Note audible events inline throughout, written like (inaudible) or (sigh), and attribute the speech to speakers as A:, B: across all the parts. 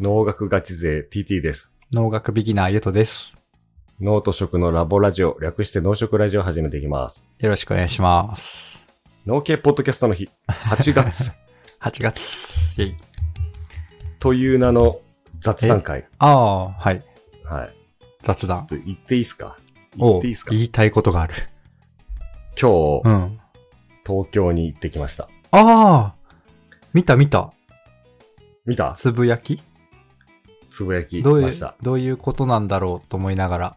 A: 農学ガチ勢 TT です。
B: 農学ビギナーゆとです。
A: 脳と食のラボラジオ、略して農食ラジオを始めていきます。
B: よろしくお願いします。
A: 農系ポッドキャストの日、8月
B: 8月。イェイ。
A: という名の雑談会。
B: ああ、はい。
A: はい。
B: 雑
A: ちょっ
B: 談。
A: と言っていいですか言
B: お
A: っていいですか
B: 言いたいことがある。
A: 今
B: う
A: 日、
B: ん。
A: 東京に行ってきました。
B: ああ見た見た。
A: 見た
B: つぶやき
A: つぶやき
B: どうい
A: ま
B: う
A: した。、
B: どういうことなんだろうと思いながら、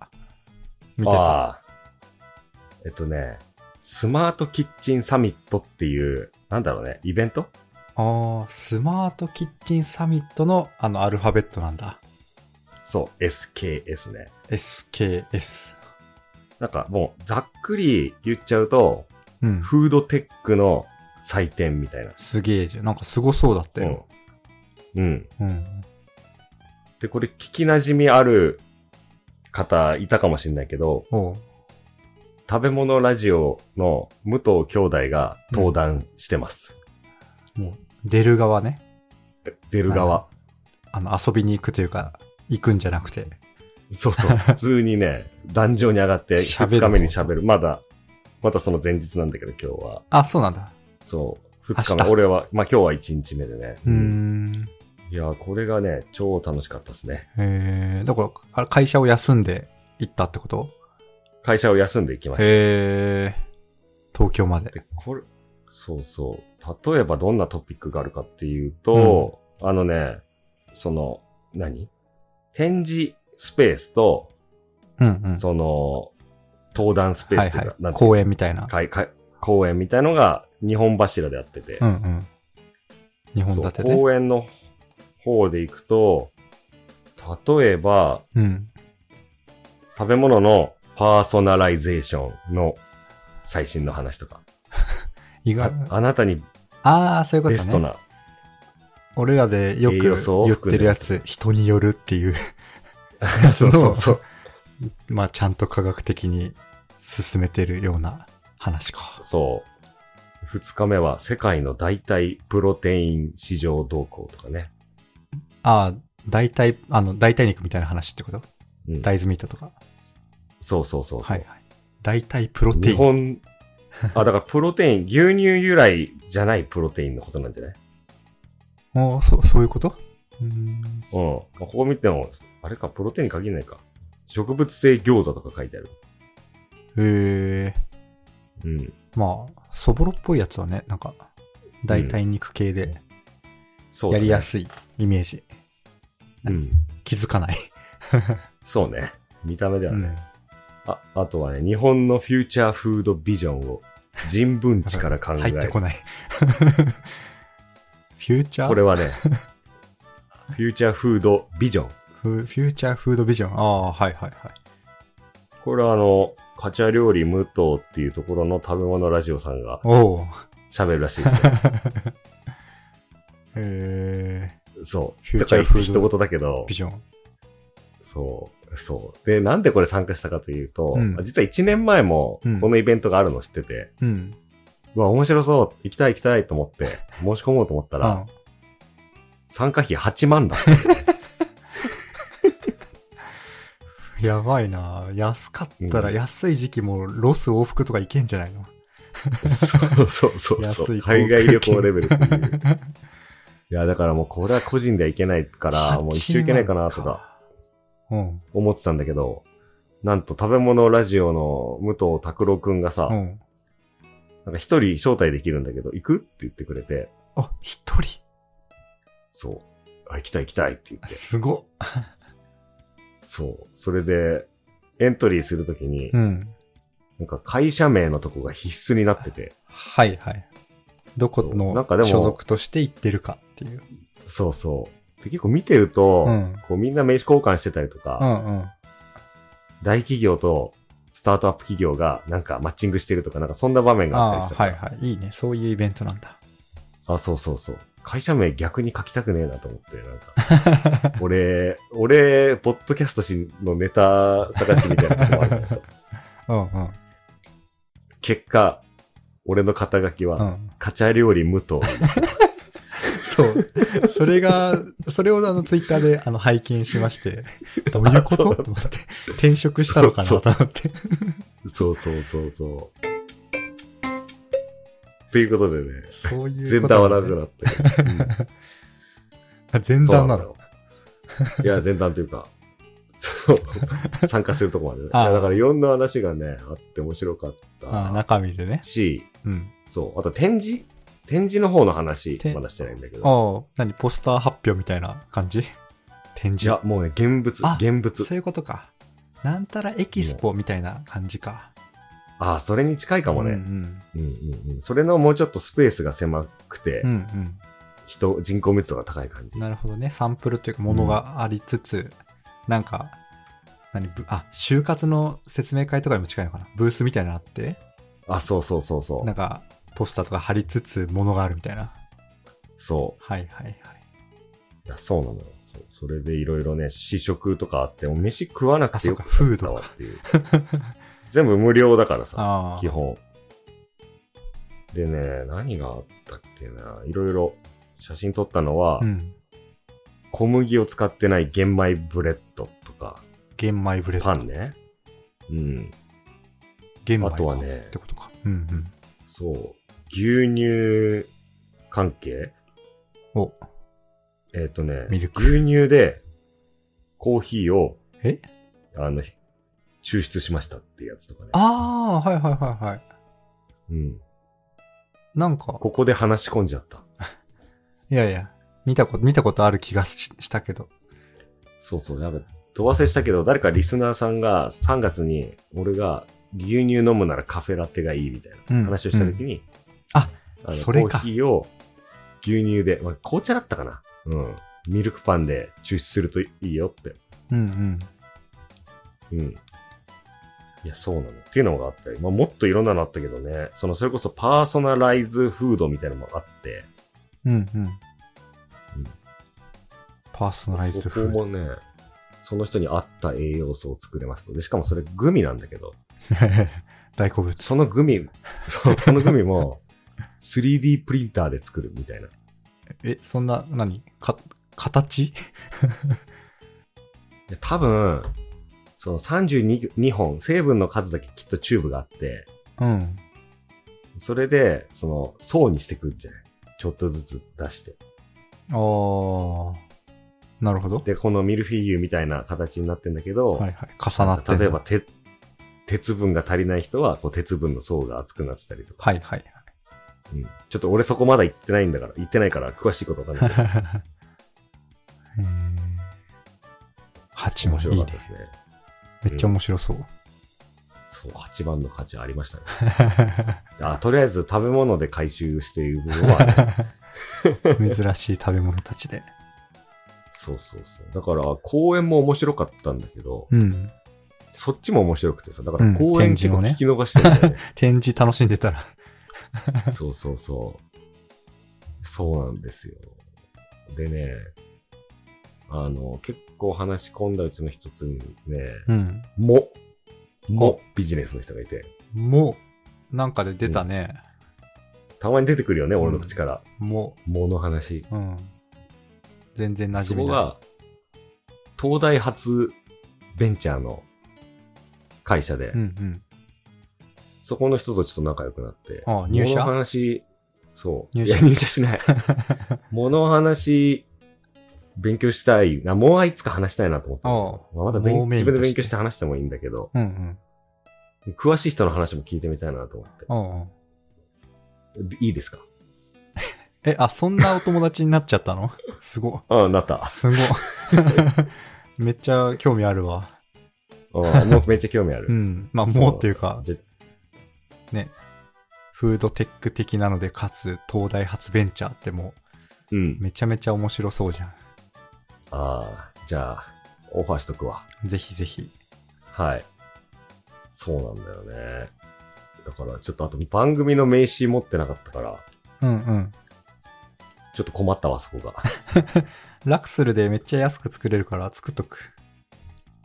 B: 見てた。
A: ああーえっとね、スマートキッチンサミットっていう、なんだろうね、イベント
B: ああ、スマートキッチンサミットのあのアルファベットなんだ。
A: そう、SKS ね。
B: SKS。
A: なんかもう、ざっくり言っちゃうと、
B: うん。
A: フードテックの祭典みたいな。
B: すげえじゃん。なんかすごそうだったよ。
A: うん。うん。
B: うん。
A: で、これ聞き馴染みある方いたかもしれないけど、
B: おう
A: 食べ物ラジオの武藤兄弟が登壇してます。
B: もう、出る側ね。
A: 出る側。
B: あの、遊びに行くというか、行くんじゃなくて。
A: そうそう。
B: (laughs)
A: 普通にね、壇上に上がって、
B: 喋る
A: 2日目に喋る。まだ、まだその前日なんだけど、今日は。
B: あ、そうなんだ。
A: そう。2日
B: 明
A: 目。
B: 日
A: 俺は、まあ今日は1日目でね。
B: うーん。
A: いや、これがね、超楽しかったですね。
B: えー、だから、あれ会社を休んで行ったってこと
A: 会社を休んでいきました。
B: へえー、東京まで。
A: で、これ、そうそう。例えばどんなトピックがあるかっていうと、あのね、その、何展示スペースと、
B: うんうん。
A: その、登壇スペー
B: は
A: ス
B: い
A: というか、
B: は。
A: ないんていう
B: 公園みたいな
A: か。かいかい公園みたいのが日本柱でやってて
B: う、んうん。日本
A: そう
B: 立てで。
A: 公園の方で行くと、例えば、
B: うん。
A: 食べ物のパーソナライゼーションの最新の話とか、
B: 意外
A: あ。あなたに
B: ああ、そういうこ
A: ベ
B: と
A: スト
B: ね。
A: な
B: 俺らでよく
A: 栄養素を
B: 言ってるやつ、人によるっていうや
A: (laughs) そ
B: つ
A: うそうそ
B: の、まあ、ちゃんと科学的に進めてるような話か。
A: そう。二日目は世界の代替プロテイン市場動向とかね。
B: ああ、代替、あの、代替肉みたいな話ってこと
A: うん、
B: 大豆ミートとか。
A: そうそうそうそう、
B: はいはい。大体プロテ
A: 日
B: イン。
A: 本、あ、だからプロテイン、牛乳由来じゃないプロテインのことなんじゃない
B: もう、そう、そういうことうー
A: う
B: ん。
A: ん。まあここ見ても、あれか、プロテインに限らないか。植物性餃子とか書いてある。
B: ええ
A: うん。
B: まあ、そぼろっぽいやつはね、なんか、大体肉系で
A: そうだ
B: や
A: ね、
B: りやすいイメージ。
A: うん。
B: 気づかない。
A: そうね。見た目では
B: う
A: ね、
B: ん
A: あ、あとはね、日本のフューチャーフードビジョンを人文地から考え
B: 入ってこない。 (laughs) フューチャー
A: これはね、フューチャーフードビジョン。
B: フフューチャーフードビジョン。ああ、はいはいはい。
A: これはあの、カチャ料理無糖っていうところの食べ物ラジオさんが
B: おお。
A: 喋るらしい
B: (laughs)
A: ですね。
B: ええ
A: そう。
B: フュ
A: と
B: ーチ
A: か言
B: ャー
A: って
B: フード
A: 一言だけど
B: ビ、ジョン。
A: そう、そう。で、なんでこれ参加したかというと、
B: うん
A: 実は1年前も
B: うん
A: このイベントがあるの知ってて、
B: うん。
A: うわ、面白そう、行きたい行きたいと思
B: (laughs)
A: って、申し込もうと思った
B: う
A: ら、
B: ん。
A: 参加費8万だった。
B: やばいな安かったら、
A: うん
B: 安い時期もロス往復とかいけんじゃないの
A: そうそうそうそう。
B: 安い航空
A: 海外旅行レベルって
B: (laughs)
A: いう。いや、だからもうこれは個人では行けないから、もう一生行けないかなとか。。
B: うん。
A: 思ってたんだけど、なんと食べ物ラジオの武藤拓郎くんがさ、
B: うん。
A: なんか一人招待できるんだけど、行くって言ってくれて、
B: あ、一人
A: そう。あ、行きたい行きたいって言って。
B: すごっ。
A: そう。それで、エントリーするときに、
B: うん。
A: なんか会社名のとこが必須になってて、
B: はいはい。どこ
A: そうなん
B: の
A: かでも
B: 所属として行ってるかっていう。
A: そうそう。で結構見てると、
B: うん
A: こうみんな名刺交換してたりと
B: う
A: か、
B: んうん。
A: 大企業とスタートアップ企業がなんかマッチングしてるとか、なんかそんな場面があったりし
B: ああ、
A: たか
B: は
A: ら
B: いはい。いいね。そういうイベントなんだ。
A: あ、そうそうそう。会社名逆に書きたくねえなと思って、なんか。
B: (laughs)
A: 俺、俺、ポッドキャストしのネタ探しみたいなとこもある
B: (laughs)
A: からさ。
B: うんうん。
A: 結果、俺の肩書き
B: う
A: は、
B: ん。
A: カチャ料理無糖。
B: そう。それが、それをあのツイッターであの拝見しまして、どういうこ
A: あそ
B: と
A: う
B: と思って、転職したのかな
A: そう
B: と思って。
A: そうそうそうそう。ということでね、
B: そういう
A: 全
B: こと
A: 段は
B: な
A: なん
B: だ
A: く
B: ね、
A: なったよ。うん
B: あ前
A: そう
B: 段
A: な
B: な
A: の
B: の
A: よ。いや、前段というか、その、参加するとこまでね。い
B: ああ
A: やだからいろんな話がね、あって面白かっ
B: ああ
A: た
B: 中身でね。
A: し、
B: うん。
A: そう、あと展示展示の方の話
B: て、
A: まだしてないんだけど。
B: ああ、何ポスター発表みたいな感じ展
A: い
B: 示
A: や、。もうね、現物
B: あ、
A: 現
B: そ
A: 物。
B: ういうことか。なんたらエキスポみたいな感じか。
A: ああ、それに近いかも
B: うん
A: ね。うんうんうん。それのもうちょっとスペースが狭くて
B: うん。う、ん
A: 人、人口密度が高い感
B: う
A: じ
B: ん。。なるほどね。サンプルというか、ものがありつつ、なんか、何ぶあ、就活の説明会とかにも近いのかな。ブースみたいなのあって、
A: あ、そうそうそうそ
B: なん
A: う。
B: か、ポスターとか貼りつつ、ものがあるみたいな。
A: そ
B: はいはいは
A: う。
B: い。
A: いやそうなのよ。そうそれでいろいろね、試食とかあって、もう飯食わなくてよかった
B: あそうか
A: わっていう。 (laughs) 全部無料だからさ。
B: あ
A: 基
B: あ。
A: 本。でね、何があったっけな。いろいろ写真撮ったのは、
B: うん。
A: 小麦を使ってない玄米ブレッドとか、
B: 玄米ブレッド。
A: パンね。うん。
B: 玄米
A: あとはね
B: かってことか。うん
A: そう。牛乳関係
B: うん。お、
A: えっ、とね、
B: ミルク
A: 牛乳でコーヒーを、
B: え
A: あの、抽出しましたってやつとかね。
B: ああ、はいはいはいはい。
A: うん。
B: なんか、
A: ここで話し込んじゃった。
B: いやいや、見たこと、見たことある気がししたけど。
A: そうそう、なんか、飛ばせしたけど、誰かリスナーさんが3月に、俺が牛乳飲むならカフェラテがいいみたい
B: うん
A: な話をしたときに、
B: あ
A: あの
B: それか
A: コーヒーを牛乳で、まあ、紅茶だったかなうん。ミルクパンで抽出するといいよって。
B: うんうん。
A: うん。いや、そうなの。っていうのがあったり、まあ、もっといろんなのあったけどね、その、それこそパーソナライズフードみたいなのもあって、
B: うんうん。パーソナライズ
A: そ
B: フー
A: こ
B: ド。
A: もね、その人に合った栄養素を作れますと。で、しかもそれグミなんだけど、
B: (laughs) 大好物。
A: そのグ
B: (laughs)
A: ミ、そう、そのグミも 3D プリンターで作るみたいな。
B: え、そんな、何か、形
A: で多分、その32二本、成分の数だけきっとチューブがあって、
B: うん。
A: それで、その、層にしてくんじゃないちょっとずつ出して。
B: あー。なるほど。
A: で、このミルフィーユみたいな形になってんだけど、
B: はいはい。重なって。
A: 例えば。鉄、鉄分が足りない人は、こう、鉄分の層が厚くなってたりとか。
B: はいはい。
A: うんちょっと俺そこまだ行ってないんだから、行ってないから、詳しいことわかんないけど。
B: (laughs) えー八
A: 面
B: もい
A: 白か
B: い
A: ったで
B: ね。
A: すね。
B: めっちゃ面白そう。
A: そう、8番の価値ありましたね。あとりあえず食べ物で回収しているものはあ
B: (laughs)
A: る、
B: 珍しい食べ物たちで。
A: そうそうそう。だから、公演も面白かったんだけど、
B: うん。
A: そっちも面白くてさ、だか
B: う
A: ら
B: ん
A: 公演結構聞
B: 展
A: き逃してるんだよね。
B: (laughs) 展示楽しんでたら。
A: そうそうそう。そうなんですよ。でね、あの、結構話し込んだうちの一つにね、
B: うん。
A: も、も、ビジネスの人がいて、
B: もう、なんかで出たね。
A: たまに出てくるよね、俺の口から。
B: も
A: もの話。
B: う、うん。全然馴
A: そ
B: 染み
A: こ
B: な
A: が、東大発ベンチャーの会社で、
B: い。うんうん。
A: そこの人とちょっと仲良くなって、
B: ああ入社
A: 物話、そう。
B: 入
A: い
B: 社
A: や、入社し
B: (laughs)
A: ない。物話、勉強したいな。もういつか話したいなと思ってる。ま
B: ああ
A: あ、まだ勉
B: もうメイ
A: 自
B: ンと
A: 分で勉
B: して
A: 強して話してもいいんだけど、
B: うんうん。
A: 詳しい人の話も聞いてみたいなと思って。
B: うんうん。
A: でいいですか
B: え、あ、そんなお友達になっちゃった (laughs) のすご。
A: ああ、なった。
B: すご。 (laughs) めっちゃ興味あるわ。
A: ああもうめっちゃ興味ある。
B: うん。 (laughs) まあ、
A: そう
B: もうっていうか、
A: じゃ
B: ね。フードテック的なので、かつ、東大発ベンチャーっても
A: うん
B: う、。めちゃめちゃ面白そうじゃん。
A: ああ、じゃあ、オファーしとくわ。
B: ぜひぜひ。
A: はい。そうなんだよね。だから、ちょっとあと番組の名刺持ってなかったから、
B: うんうん。
A: ちょっと困ったわ、そこが。 (laughs)
B: ラクスルでめっちゃ安く作れるから、作っとく。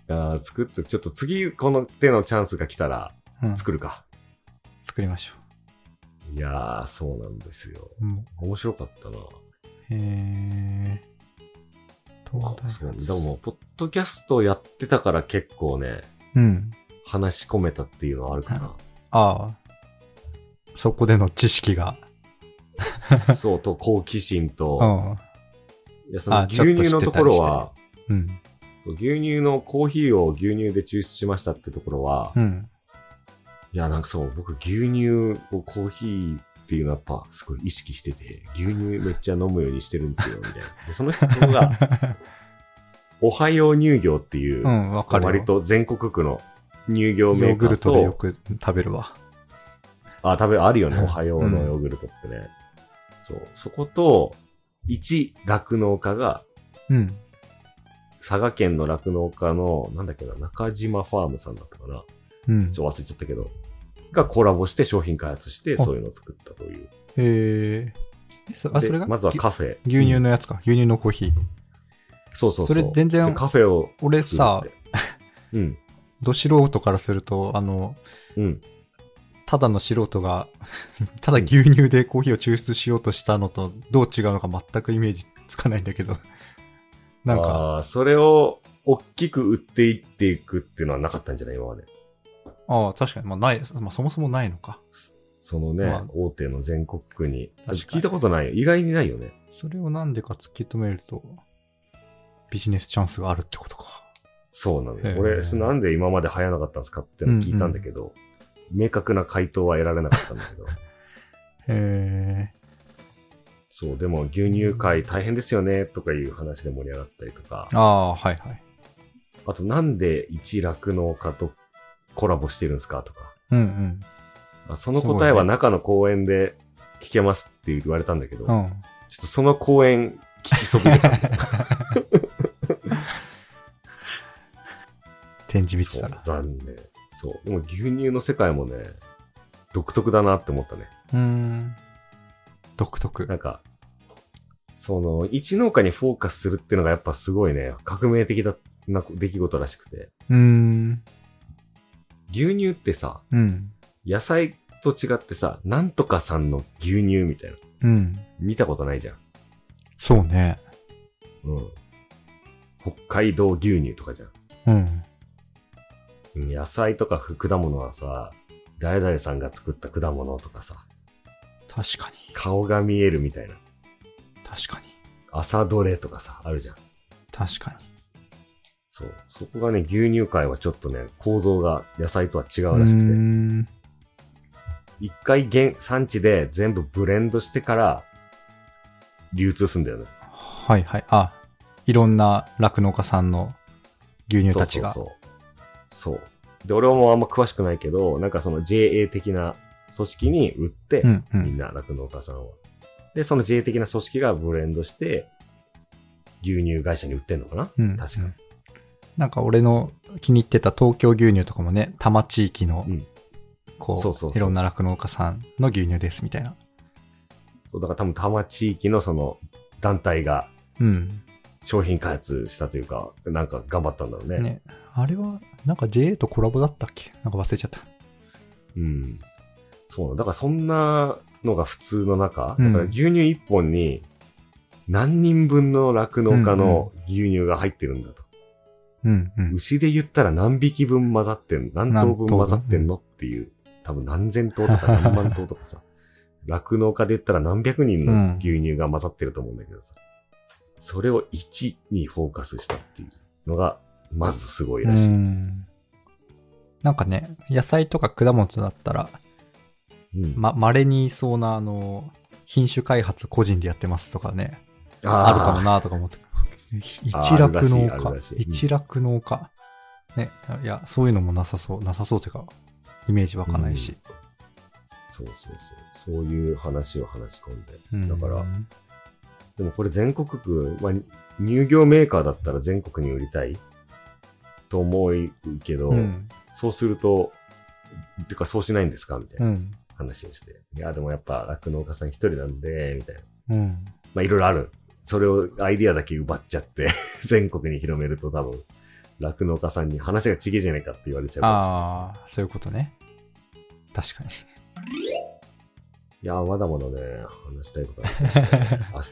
A: いやー作って、ちょっと次この手のチャンスが来たら
B: うん。
A: 作るか。
B: 作りましょ
A: いやー、そうなんですよ。
B: う。も
A: 面白かったな。
B: う。えー、東大
A: そうでも、ポッドキャストやってたから結構ね、
B: うん。
A: 話し込めたっていうのはあるか
B: ああ。そこでの知識が。
A: な。 (laughs) そうと、好奇心
B: う
A: と、
B: ん。
A: いやその
B: あ
A: 牛
B: ちょっと
A: 乳のところは、
B: うん。
A: そう牛乳のコーヒーを牛乳で抽出しましたってところは、
B: うん。
A: いや、なんかそう、僕牛乳をコーヒーっていうのはやっぱすごい意識してて、牛乳めっちゃ飲むようにしてるんですよ、みたいな。
B: (laughs)
A: でその人が、おはよう乳業っていう、
B: うん、わかるよ。
A: 割と全国区の乳業
B: ヨ
A: メ
B: ー
A: ーカ
B: グ
A: ー
B: ルトでよ
A: と、
B: く食べるわ。
A: あ、食べ、ある
B: (laughs)
A: よね、
B: うん
A: おはようのヨーグルトってね。そう、そこと、一酪農家が、
B: うん。
A: 佐賀県の酪農家の、なんだっけな、中島ファームさんだったかな。
B: うん
A: ち。ょっと忘れちゃったけど、がコラボして商品開発して、
B: あ
A: そういうのを作ったという。
B: えー、えそあ、
A: で
B: それが
A: まずは
B: ぎ
A: カフェ。
B: 牛乳
A: うん
B: のやつか。牛乳のコーヒー。
A: そうそうう
B: それ全然
A: でカフェを。
B: 俺さ、、
A: うん。
B: ど素人からすると、あの、
A: うん。
B: ただの素人が、 (laughs) ただ牛乳でコーヒーを抽出しようとしたのとどう違うのか全くイメージつかないんだけど。 (laughs) なんか、
A: あーそれを大きく売っていっていくっていうのはなかったんじゃない今まで。
B: ああ、確かに。まあ、ない、まあ、そもそもないのか。
A: そのね、
B: まあ
A: 大手の全国区に。
B: 確かに
A: 聞いたことないよ。意外にないよね。
B: それをなんでか突き止めると、ビジネスチャンスがあるってことか。
A: そうなの
B: へ
A: よ。
B: ー
A: 俺、それなんで今まで流行らなかったんですかっての聞いたんだけど、明確な回答は得られなかったんだけ
B: (laughs)
A: ど。
B: へえ。
A: そう、でも牛乳界大変ですよね、とかいう話で盛り上がったりとか。
B: ああ、はいはい。
A: あと、なんで一酪農家とコラボしてるんですかとか。
B: うん
A: あその答えは中の公園で聞けますって言われたんだけど、
B: うん。うん。
A: ちょっとその公園聞きそびれたんだよ
B: 展 (laughs) 示見てたら。
A: そう残念。そう。でも牛乳の世界もね、独特だなって思ったね。
B: うーん。独特
A: な。んか、その、一農家にフォーカスするっていうのがやっぱすごいね、革命的だな出来事らしくて。
B: うーん。
A: 牛乳ってさ、
B: うん。
A: 野菜と違ってさ、なんとかさんの牛乳みたいな。
B: うん。
A: 見たことないじゃん。
B: そうね。
A: うん。北海道牛乳とかじゃん。
B: うん。
A: 野菜とか果物はさ、誰々さんが作った果物とかさ、
B: 確かに。
A: 顔が見えるみたいな、
B: 確かに。
A: 朝どれとかさ、あるじゃん。
B: 確か
A: そう。そこがね、牛乳界はちょっとね、構造が野菜とは違
B: に。
A: うらし
B: うー
A: くて、
B: ん。
A: 一回原産地で全部ブレンドしてから、流通すんだよね。
B: はいはい。あ、いろんな酪農家さんの牛乳たちが。
A: そうそうそう。そう。で、俺はもうあんま詳しくないけど、なんかその JA 的な組織に売って、
B: うんう
A: みん
B: ん。
A: な、酪農家さんは。で、その JA 的な組織がブレンドして、牛乳会社に売ってんのかな
B: うん、
A: 確かに。
B: なんか俺の気に入ってた東京牛乳とかもね、多摩地域の、
A: うん
B: こう
A: そうそうそう
B: いろんな酪農家さんの牛乳ですみたいな。
A: そうだから多分多摩地域のその団体が
B: うん。
A: 商品開発したというか、なんか頑張ったんだろうね。
B: ね。あれは、なんか JA とコラボだったっけなんか忘れちゃった。
A: うん。そうなのだからそんなのが普通の中、
B: うん
A: だから牛乳一本に何人分の酪農家の牛乳が入ってるんだと。
B: うんうん。
A: 牛で言ったら何匹分混ざってん何頭分混ざってんのっていう、多分何千頭とか何万頭とかさ、
B: (laughs)
A: 酪農家で言ったら何百人の牛乳が混ざってると思うんだけどさ、それを1にフォーカスしたっていうのが、まずすごいらしい。
B: うんなんかね、野菜とか果物だったら、
A: うん
B: ま、稀にいそうな、あの、品種開発個人でやってますとかね、あるかも
A: あ
B: なとか思って。一
A: あー
B: 落農
A: あるら
B: 家
A: しいあるらしいうん
B: 一落農家。ね、いや、そういうのもなさそう、なさそうというか、イメージ湧かないし。
A: ーそうそうそう。そういう話を話し込んで。
B: うん
A: だから、でもこれ全国区、まあ、乳業メーカーだったら全国に売りたいと思うけど、
B: うん。
A: そうすると、てかそうしないんですかみたいな
B: う。ん。
A: 話をして、いや、でもやっぱ酪農家さん一人なんで、みたいな。
B: うん。
A: まあいろいろある。それをアイディアだけ奪っちゃって、 (laughs) 全国に広めると多分、酪農家さんに話がちげえじゃないかって言われちゃうかもしれない
B: ああ、そういうことね。確かに。 (laughs)
A: いや、まだまだね、話したいことあるあ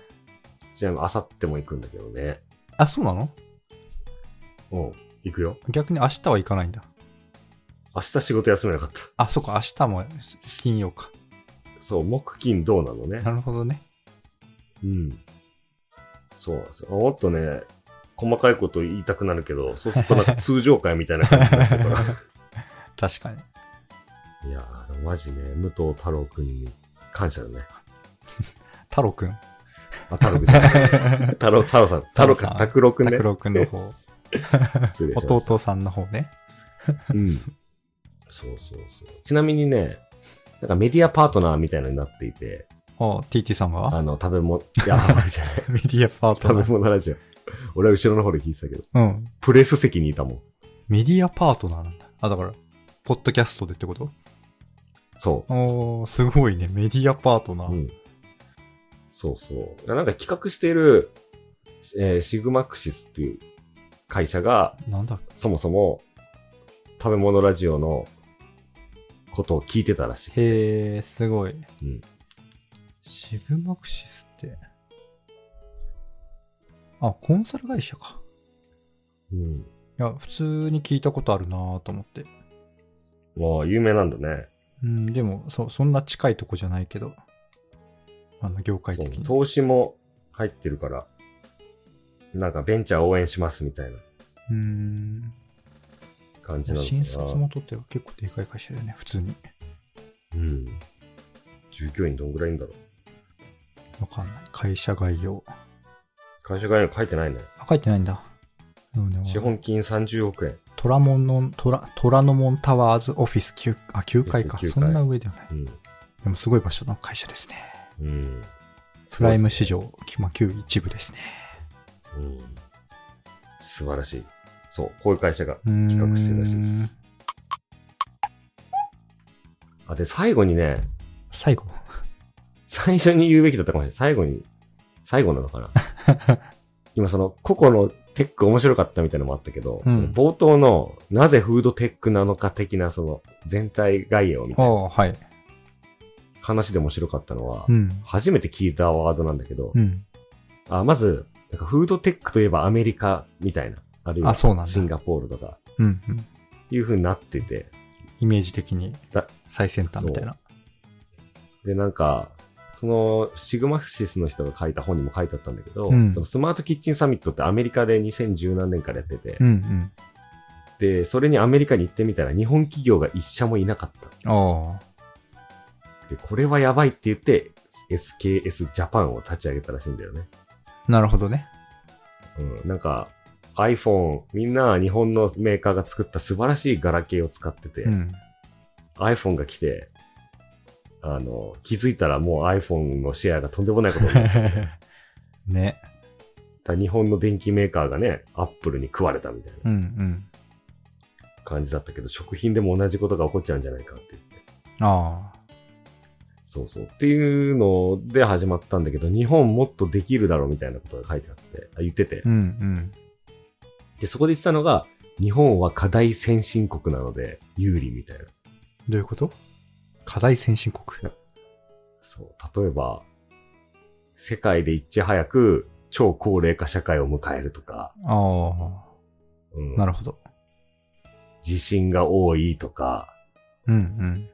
A: ちなみに、あさっても行くんだけどね。
B: あ、そうなの
A: うん。行くよ。
B: 逆に明日は行かないんだ。
A: 明日仕事休めなかった。
B: あ、そっか、明日も金曜か。
A: そう、木金どうなのね。
B: なるほどね。
A: うん。そうなんですよ。もっとね、細かいこと言いたくなるけど、そうするとなんか通常会みたいな感じになっちゃうから。 (laughs)
B: 確かに。
A: いやー、でもマジね、武藤太郎くんに感謝だね。
B: 太郎くん。
A: あ、太郎くんじゃない。太郎、太郎さん。太郎か、拓郎くんね
B: (laughs) 拓。郎くんの方。
A: 失礼しました。
B: 弟さんの方ね。
A: うん。そうそうそう。ちなみにね、なんかメディアパートナーみたいなのになっていて、
B: お TT さん
A: あ
B: が
A: の、食べ物、いや、あれじゃ (laughs) ない。
B: (laughs) メディアパートナ
A: 食べ
B: ー。
A: 物ラジオ。俺は後ろの方で聞いてたけど、
B: うん。
A: プレス席にいたもん。
B: メディアパートナーなんだ。あ、だから、ポッドキャストでってこと
A: そ
B: おー、すごいね。メディアパートナ
A: う。う
B: ー。
A: ん。そうそう。なんか企画している、えーシグマクシスっていう会社が、
B: なんだ
A: そもそも、食べ物ラジオのことを聞いてたらしい。
B: へー、すごい。
A: ん
B: シグマクシスって。あ、コンサル会社か。
A: うん。
B: いや、普通に聞いたことあるなぁと思って。
A: まあ、有名なんだね。
B: うん、でも、そ、そんな近いとこじゃないけど。あの、業界
A: そう
B: 的に。
A: 投資も入ってるから、なんかベンチャー応援しますみたいな
B: うーん。
A: 感じなのかな。
B: 新卒も取っては結構でかい会社だよね、普通に。
A: うん。従業員どんぐらいいるんだろう。
B: わかんない。会社概要。
A: 会社概要書いてないね。
B: あ、書いてないんだ。でもね
A: 資本金30億円。
B: 虎門の、虎、虎ノ門タワーズオフィス9、あ、9階か。
A: 9階
B: そんな上ではない。
A: うん。
B: でもすごい場所の会社ですね。
A: うん。
B: プライム市場、まあ、9一部ですね。
A: うん。素晴らしい。そう、こういう会社が
B: うーん
A: 企画してるらしいです。あ、で、最後にね、
B: 最後。
A: 最初に言うべきだったかもしれない。最後に、最後なのか
B: (laughs)
A: な。今その、個々のテック面白かったみたいなのもあったけど、
B: うん
A: その冒頭の、なぜフードテックなのか的な、その、全体概要み
B: あ
A: たいな
B: あ、はい。
A: 話で面白かったのは、
B: うん。
A: 初めて聞いたワードなんだけど、
B: うん。
A: あまず、なんかフードテックといえばアメリカみたいな、あるいは
B: あそうなんだ
A: シンガポールとか、
B: うん。うん。
A: いう風になってて、
B: イメージ的に
A: だ
B: 最先端みたいな。
A: で、なんか、その、シグマシスの人が書いた本にも書いてあったんだけど、
B: うん
A: そのスマートキッチンサミットってアメリカで2010何年からやってて、
B: うん
A: で、それにアメリカに行ってみたら日本企業が一社もいなかった。
B: うん。ああ。
A: で、これはやばいって言って、SKS ジャパンを立ち上げたらしいんだよね。
B: なるほどね。
A: うん、なんか、iPhone、みんな日本のメーカーが作った素晴らしいガラケーを使ってて、 (laughs)
B: うん。
A: iPhone が来て、あの、気づいたらもう iPhone のシェアがとんでもないことになって
B: ね。
A: た日本の電機メーカーがね、Apple に食われたみたい
B: うんうん。
A: な感じだったけど、食品でも同じことが起こっちゃうんじゃないかって言って。
B: ああ。
A: そうそう。っていうので始まったんだけど、日本もっとできるだろうみたいなことが書いてあって、あ言ってて
B: う。んうん。
A: で、そこで言ってたのが、日本は課題先進国なので有利みたいな。
B: どういうこと課題先進国。
A: そう。例えば、世界でいち早く超高齢化社会を迎えるとか、
B: ああ。
A: うん
B: なるほど。
A: 地震が多いとか、
B: うん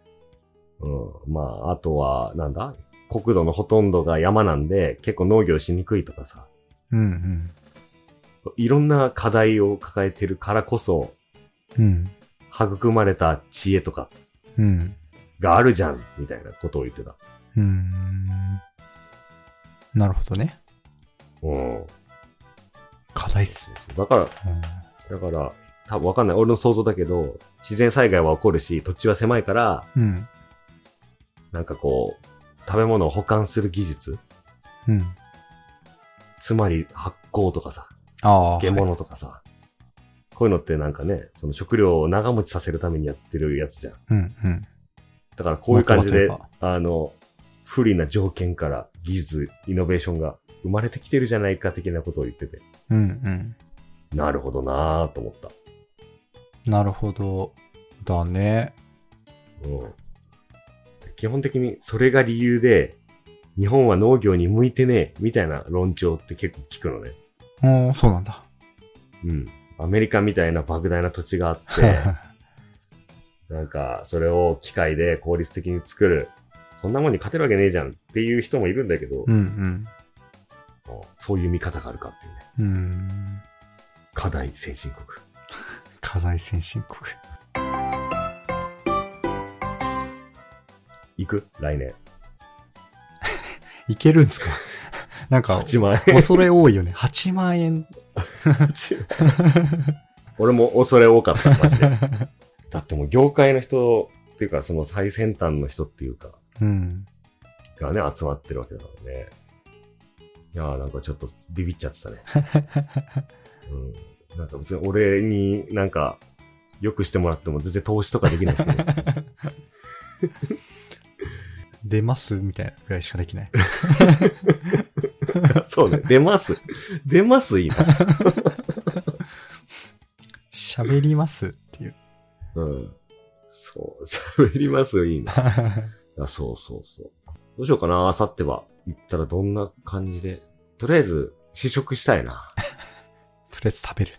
B: うん。
A: うん、まあ、あとは、なんだ国土のほとんどが山なんで、結構農業しにくいとかさ、
B: うん
A: いろんな課題を抱えてるからこそ、
B: うん。うん。
A: 育まれた知恵とか
B: うん。
A: があるじゃん、みたいなことを言ってた。
B: うーん。なるほどね。
A: うん。
B: 課題っす。
A: だから、
B: うん
A: だから、多分わかんない。俺の想像だけど、自然災害は起こるし、土地は狭いから、
B: うん。
A: なんかこう、食べ物を保管する技術、
B: うん。
A: つまり発酵とかさ、
B: ああ。
A: 漬物とかさ、こういうのってなんかね、その食料を長持ちさせるためにやってるやつじゃん。
B: うんうん。
A: だからこういう感じで
B: まあ例え、
A: あの、不利な条件から技術、イノベーションが生まれてきてるじゃないか的なことを言ってて、
B: うんうん。
A: なるほどなぁと思った。
B: なるほど。だね。
A: うん。基本的にそれが理由で、日本は農業に向いてねえ、みたいな論調って結構聞くのね。
B: おーそうなんだ。
A: うん。アメリカみたいな莫大な土地があって、
B: (laughs)
A: なんか、それを機械で効率的に作る。そんなもんに勝てるわけねえじゃんっていう人もいるんだけど、
B: うん
A: そういう見方があるかっていうね。
B: うん。うん。
A: 課題先進国。
B: 課題先進国。
A: 行く来年。
B: いけるんですかなんか、
A: 8万円。
B: 恐れ多いよね。8万円。
A: 俺も恐れ多かった、マジで。だってもう業界の人っていうか、その最先端の人っていうか、
B: うん。
A: がね、集まってるわけだからね。いやーなんかちょっとビビっちゃってたね。うん。なんか別に俺になんか、よくしてもらっても全然投資とかできないですけど。
B: 出ますみたいなぐらいしかできない。
A: そうね。出ます。出ます、いいな。
B: 喋りますっていう。
A: うん。そう。喋りますよ、いいな。あそうそうそう。どうしようかな、あさっては。行ったらどんな感じで。とりあえず、試食したいな。
B: とりあえず食べる。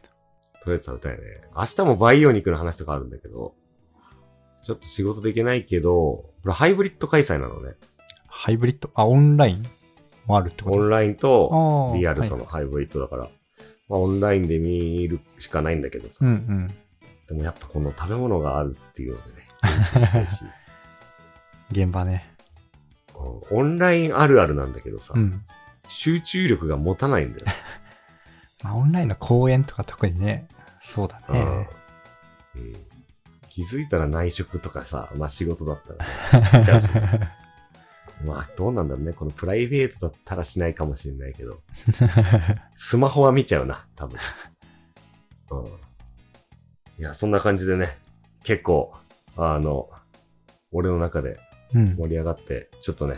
A: とりあえず食べたいね。明日もバイオ肉の話とかあるんだけど、ちょっと仕事できないけど、これハイブリッド開催なのね。
B: ハイブリッド、あ、オンラインもあるってこ
A: オ
B: と
A: ンラインと
B: あー
A: リアルとの
B: はい
A: ハイブリッドだから、まあオンラインで見るしかないんだけどさ。
B: うんうん。
A: でもやっぱこの食べ物があるっていうのでね、 (laughs) 現地に行きたいし
B: 現場ね。
A: うんオンラインあるあるなんだけどさ、
B: うん。
A: 集中力が持たないんだよ。
B: まあ、オンラインの講演とか特にね、そうだね。
A: うんうん気づいたら内職とかさ、まあ仕事だった (laughs) ら、ね、しちゃうし、まあどうなんだろうね。このプライベートだったらしないかもしれないけ (laughs) ど、スマホは見ちゃうな、多分。うん。いや、そんな感じでね、結構、あの、俺の中で
B: うん。
A: 盛り上がって、ちょっとね、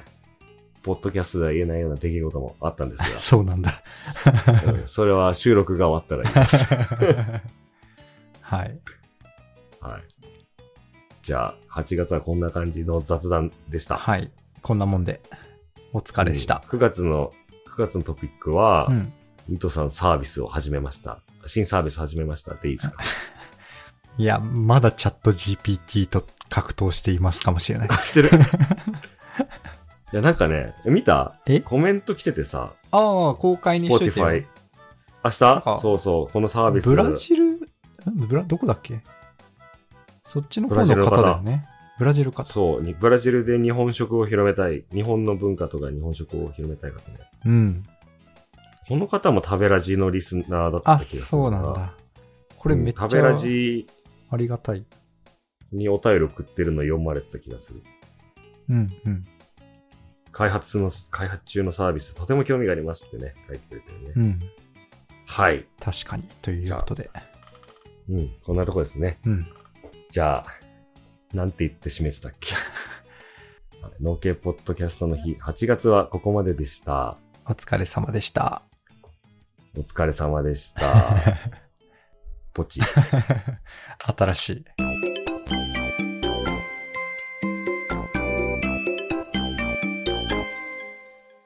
A: ポッドキャストでは言えないような出来事もあったんです
B: そうなんだ。 (laughs)
A: が、うん (laughs) それは収録が終わったらいいです。
B: はい。
A: はい。じゃあ、8月はこんな感じの雑談でした。
B: はい。こんなもんで。お疲れでした。
A: 9月の、9月のトピックは、
B: うん。
A: ミトさんサービスを始めました。新サービス始めましたっていいですか
B: いや、まだチャット GPT と格闘していますか (laughs) も
A: (laughs)
B: しれない。
A: してる。いや、なんかね、見た
B: え
A: コメント来ててさ、
B: ああ、公開にしといてよ。
A: Spotify。明
B: ん
A: 日
B: か
A: そうそう、このサービス。
B: ブラジル、んブラ、どこだっけそっちの方
A: ブラジ
B: の
A: ルの
B: 方
A: 方
B: だよね。ブラジル方。
A: そう、にブラジルで日本食を広めたい。日本の文化とか日本食を広めたいからね。
B: うん。
A: この方も食べラジのリスナーだっ
B: あ、
A: た気がする。
B: そうなん。だ。こ
A: こ
B: れめっちゃ
A: 食べラジ
B: ありがたい。
A: にお便り送ってるの読まれてた気がする。
B: うんうん。
A: 開発の、開発中のサービス、とても興味がありますってね、書いてくれてるね。
B: うん。
A: はい。
B: 確かに。ということで。
A: うん、こんなとこですね。
B: うん。
A: じゃあ、なんて言って締めてたっけ (laughs) はい農系ポッドキャストの日、8月はここまででした。
B: お疲れ様でした。 (laughs)
A: お疲れ様でした。ポチ。
B: 新しい。